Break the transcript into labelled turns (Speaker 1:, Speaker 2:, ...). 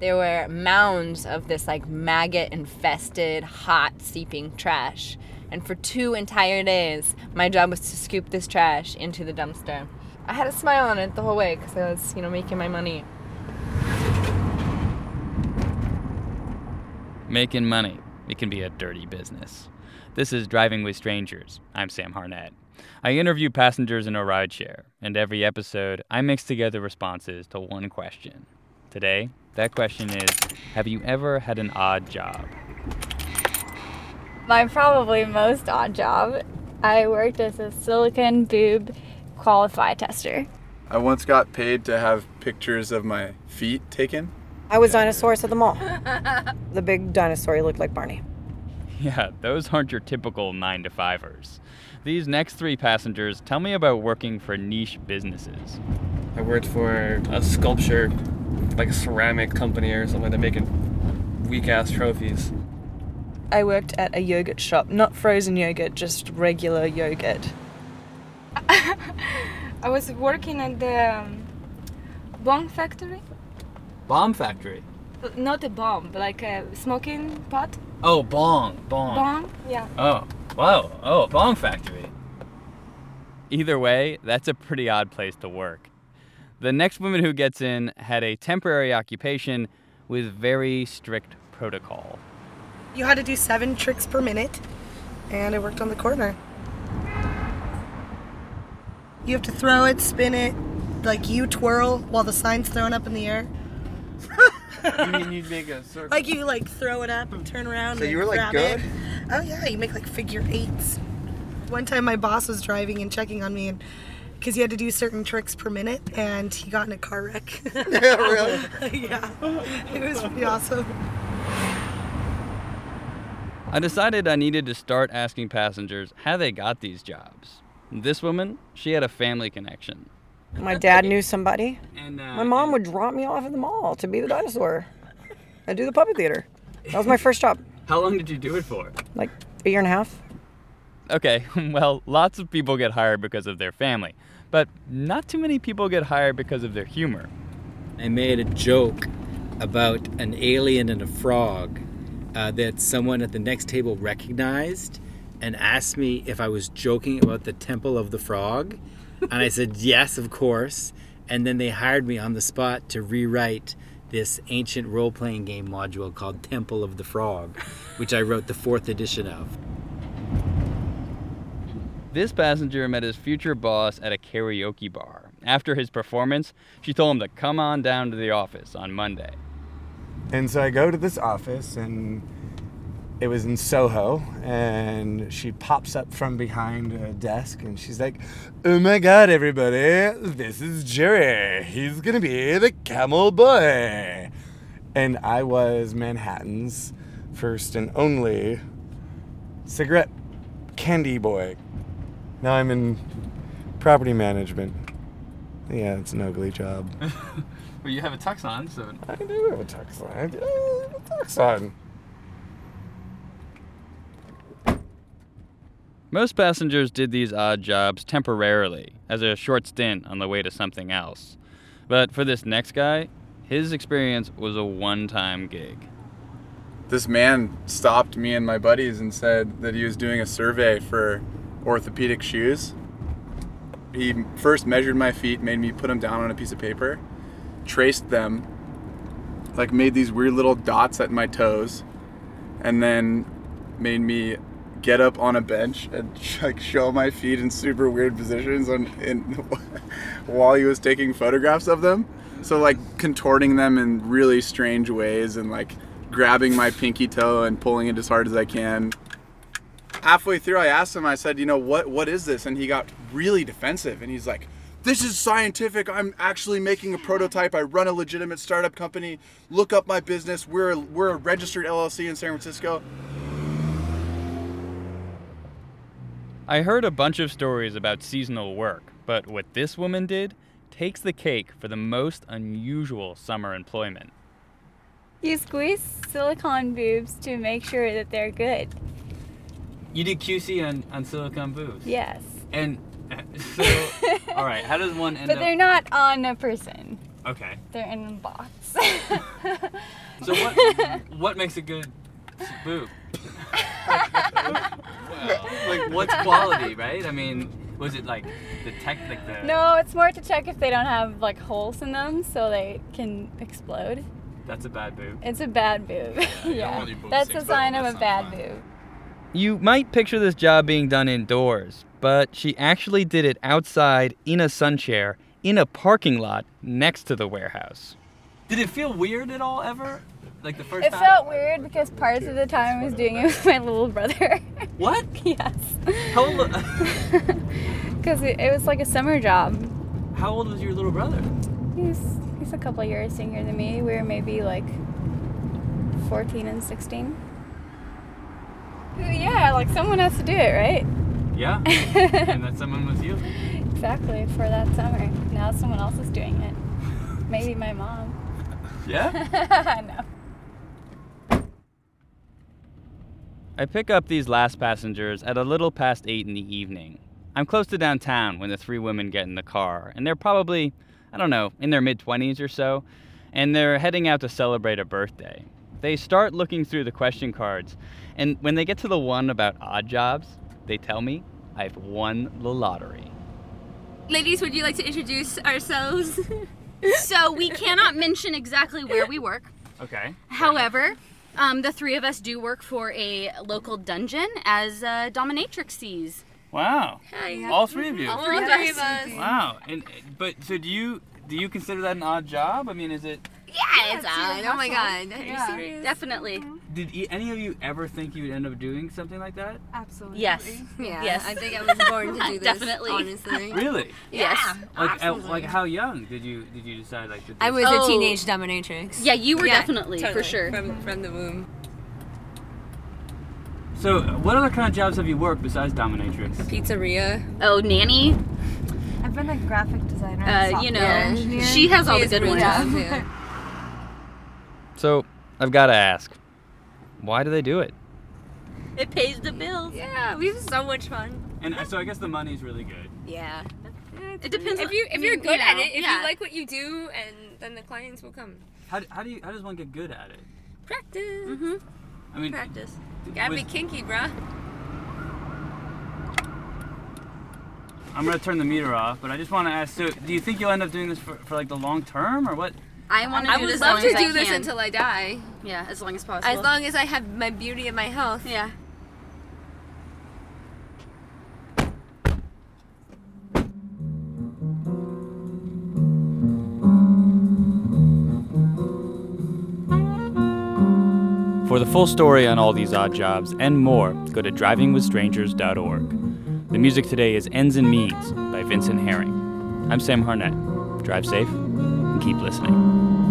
Speaker 1: there were mounds of this like maggot infested, hot, seeping trash. And for two entire days, my job was to scoop this trash into the dumpster. I had a smile on it the whole way because I was, you know, making my money.
Speaker 2: Making money, it can be a dirty business. This is Driving with Strangers. I'm Sam Harnett. I interview passengers in a rideshare, and every episode, I mix together responses to one question. Today, that question is Have you ever had an odd job?
Speaker 3: My probably most odd job. I worked as a silicon boob qualify tester.
Speaker 4: I once got paid to have pictures of my feet taken.
Speaker 5: I was dinosaurs at the mall. the big dinosaur who looked like Barney.
Speaker 2: Yeah, those aren't your typical 9 to 5ers. These next three passengers tell me about working for niche businesses.
Speaker 6: I worked for a sculpture, like a ceramic company or something. They're making weak ass trophies.
Speaker 7: I worked at a yogurt shop, not frozen yogurt, just regular yogurt.
Speaker 8: I was working at the um, bomb factory.
Speaker 9: Bomb factory?
Speaker 8: Not a bomb, like a smoking pot.
Speaker 9: Oh, bong, bong.
Speaker 8: Bomb, yeah.
Speaker 9: Oh, wow. Oh, bong factory.
Speaker 2: Either way, that's a pretty odd place to work. The next woman who gets in had a temporary occupation with very strict protocol.
Speaker 5: You had to do seven tricks per minute, and I worked on the corner. You have to throw it, spin it, like you twirl while the sign's thrown up in the air.
Speaker 6: you mean you'd make a circle?
Speaker 5: Like you like throw it up and turn around.
Speaker 10: So
Speaker 5: and
Speaker 10: you were like
Speaker 5: grab
Speaker 10: good?
Speaker 5: It. Oh yeah, you make like figure eights. One time my boss was driving and checking on me, and because he had to do certain tricks per minute, and he got in a car wreck.
Speaker 10: yeah, really?
Speaker 5: yeah, it was pretty awesome.
Speaker 2: I decided I needed to start asking passengers how they got these jobs. This woman, she had a family connection.
Speaker 5: My dad knew somebody.
Speaker 9: And, uh,
Speaker 5: My mom would drop me off at the mall to be the dinosaur. I do the puppet theater. That was my first job,
Speaker 9: How long did you do it for?
Speaker 5: like a year and a half.
Speaker 2: Okay, well, lots of people get hired because of their family, but not too many people get hired because of their humor.
Speaker 11: I made a joke about an alien and a frog uh, that someone at the next table recognized and asked me if I was joking about the temple of the frog. And I said, yes, of course. And then they hired me on the spot to rewrite this ancient role playing game module called Temple of the Frog, which I wrote the fourth edition of.
Speaker 2: This passenger met his future boss at a karaoke bar. After his performance, she told him to come on down to the office on Monday.
Speaker 4: And so I go to this office, and it was in Soho, and she pops up from behind a desk, and she's like, "Oh my God, everybody, this is Jerry. He's gonna be the Camel Boy." And I was Manhattan's first and only cigarette candy boy. Now I'm in property management. Yeah, it's an ugly job.
Speaker 2: Well, you have a tux on, so.
Speaker 4: I do have a tux on. I do have a tux on.
Speaker 2: Most passengers did these odd jobs temporarily, as a short stint on the way to something else. But for this next guy, his experience was a one time gig.
Speaker 4: This man stopped me and my buddies and said that he was doing a survey for orthopedic shoes. He first measured my feet, made me put them down on a piece of paper, traced them, like made these weird little dots at my toes, and then made me get up on a bench and like show my feet in super weird positions on in while he was taking photographs of them. So like contorting them in really strange ways and like grabbing my pinky toe and pulling it as hard as I can. Halfway through I asked him I said, "You know what what is this?" and he got really defensive and he's like, "This is scientific. I'm actually making a prototype. I run a legitimate startup company. Look up my business. We're we're a registered LLC in San Francisco."
Speaker 2: I heard a bunch of stories about seasonal work, but what this woman did takes the cake for the most unusual summer employment.
Speaker 3: You squeeze silicone boobs to make sure that they're good.
Speaker 9: You did QC on, on Silicon Boots.
Speaker 3: Yes.
Speaker 9: And uh, so, all right, how does one end
Speaker 3: But
Speaker 9: up?
Speaker 3: they're not on a person.
Speaker 9: Okay.
Speaker 8: They're in a box.
Speaker 9: So what what makes a good boob? like what's quality, right? I mean, was it like the tech, like the
Speaker 3: No, it's more to check if they don't have like holes in them so they can explode.
Speaker 9: That's a bad boob.
Speaker 3: It's a bad boob. Yeah. That's a sign of a bad boob.
Speaker 2: You might picture this job being done indoors, but she actually did it outside in a sun chair in a parking lot next to the warehouse.
Speaker 9: Did it feel weird at all ever? Like the first
Speaker 3: It
Speaker 9: time?
Speaker 3: felt weird because parts of the time I was doing it with my little brother.
Speaker 9: What?
Speaker 3: yes.
Speaker 9: How old,
Speaker 3: Because it, it was like a summer job.
Speaker 9: how old was your little brother?
Speaker 3: He's he's a couple years senior than me. We were maybe like 14 and 16. Yeah, like someone has to do it, right?
Speaker 9: Yeah. and that someone was you?
Speaker 3: Exactly, for that summer. Now someone else is doing it. Maybe my mom.
Speaker 9: Yeah?
Speaker 3: no.
Speaker 2: I pick up these last passengers at a little past 8 in the evening. I'm close to downtown when the three women get in the car, and they're probably, I don't know, in their mid 20s or so, and they're heading out to celebrate a birthday. They start looking through the question cards, and when they get to the one about odd jobs, they tell me I've won the lottery.
Speaker 10: Ladies, would you like to introduce ourselves? so we cannot mention exactly where we work.
Speaker 9: Okay.
Speaker 10: However, um, the three of us do work for a local dungeon as uh, dominatrixes.
Speaker 9: Wow.
Speaker 10: Hi.
Speaker 9: All three of you.
Speaker 10: All three of All three us. of us.
Speaker 9: Wow. And but so do you do you consider that an odd job? I mean, is it
Speaker 10: Yeah, it's
Speaker 8: it's
Speaker 10: on.
Speaker 8: your
Speaker 10: Oh my
Speaker 8: hustle.
Speaker 10: god. Are
Speaker 8: Yeah.
Speaker 10: you serious? Definitely.
Speaker 9: did e- any of you ever think you would end up doing something like that?
Speaker 10: Absolutely.
Speaker 12: Yes.
Speaker 10: Yeah.
Speaker 12: Yes.
Speaker 10: I think I was born to do this.
Speaker 12: Definitely.
Speaker 10: Honestly.
Speaker 9: Really?
Speaker 10: Yes.
Speaker 9: Like at, like how young did you did you decide like that
Speaker 10: I
Speaker 9: this-
Speaker 10: was a Oh.
Speaker 12: Teenage dominatrix.
Speaker 10: Yeah, you were definitely, for
Speaker 12: totally,
Speaker 10: sure.
Speaker 12: From from the womb.
Speaker 9: So what other kind of jobs have you worked besides dominatrix?
Speaker 10: Pizzeria. Oh, nanny.
Speaker 12: I've been a graphic designer.
Speaker 10: Uh, you know, she has all the good ones.
Speaker 2: So I've got to ask why do they do it?
Speaker 12: It pays the bills. Yeah, we have so much fun.
Speaker 9: And so I guess the money's really good.
Speaker 12: Yeah.
Speaker 10: It depends
Speaker 12: If
Speaker 10: on-
Speaker 12: you
Speaker 10: I
Speaker 12: if you're
Speaker 10: mean,
Speaker 12: good
Speaker 10: you
Speaker 12: at
Speaker 10: know,
Speaker 12: it, if
Speaker 10: yeah.
Speaker 12: you like what you do, and then the clients will come.
Speaker 9: How, d- how do you how does one get good at it?
Speaker 12: Practice. Mm-hmm.
Speaker 9: I mean,
Speaker 12: Practice.
Speaker 9: d-
Speaker 12: Gotta
Speaker 9: was-
Speaker 12: be kinky, bruh.
Speaker 9: I'm gonna turn the meter off, but I just want to ask. So, do you think you'll end up doing this for, for like the long term, or what?
Speaker 10: I want to
Speaker 12: I
Speaker 10: do
Speaker 12: would
Speaker 10: this
Speaker 12: love
Speaker 10: as
Speaker 12: to
Speaker 10: long as
Speaker 12: do this
Speaker 10: can.
Speaker 12: until I die.
Speaker 10: Yeah, as long as possible.
Speaker 12: As long as I have my beauty and my health.
Speaker 10: Yeah.
Speaker 2: For the full story on all these odd jobs and more, go to drivingwithstrangers.org. The music today is Ends and Means by Vincent Herring. I'm Sam Harnett. Drive safe and keep listening.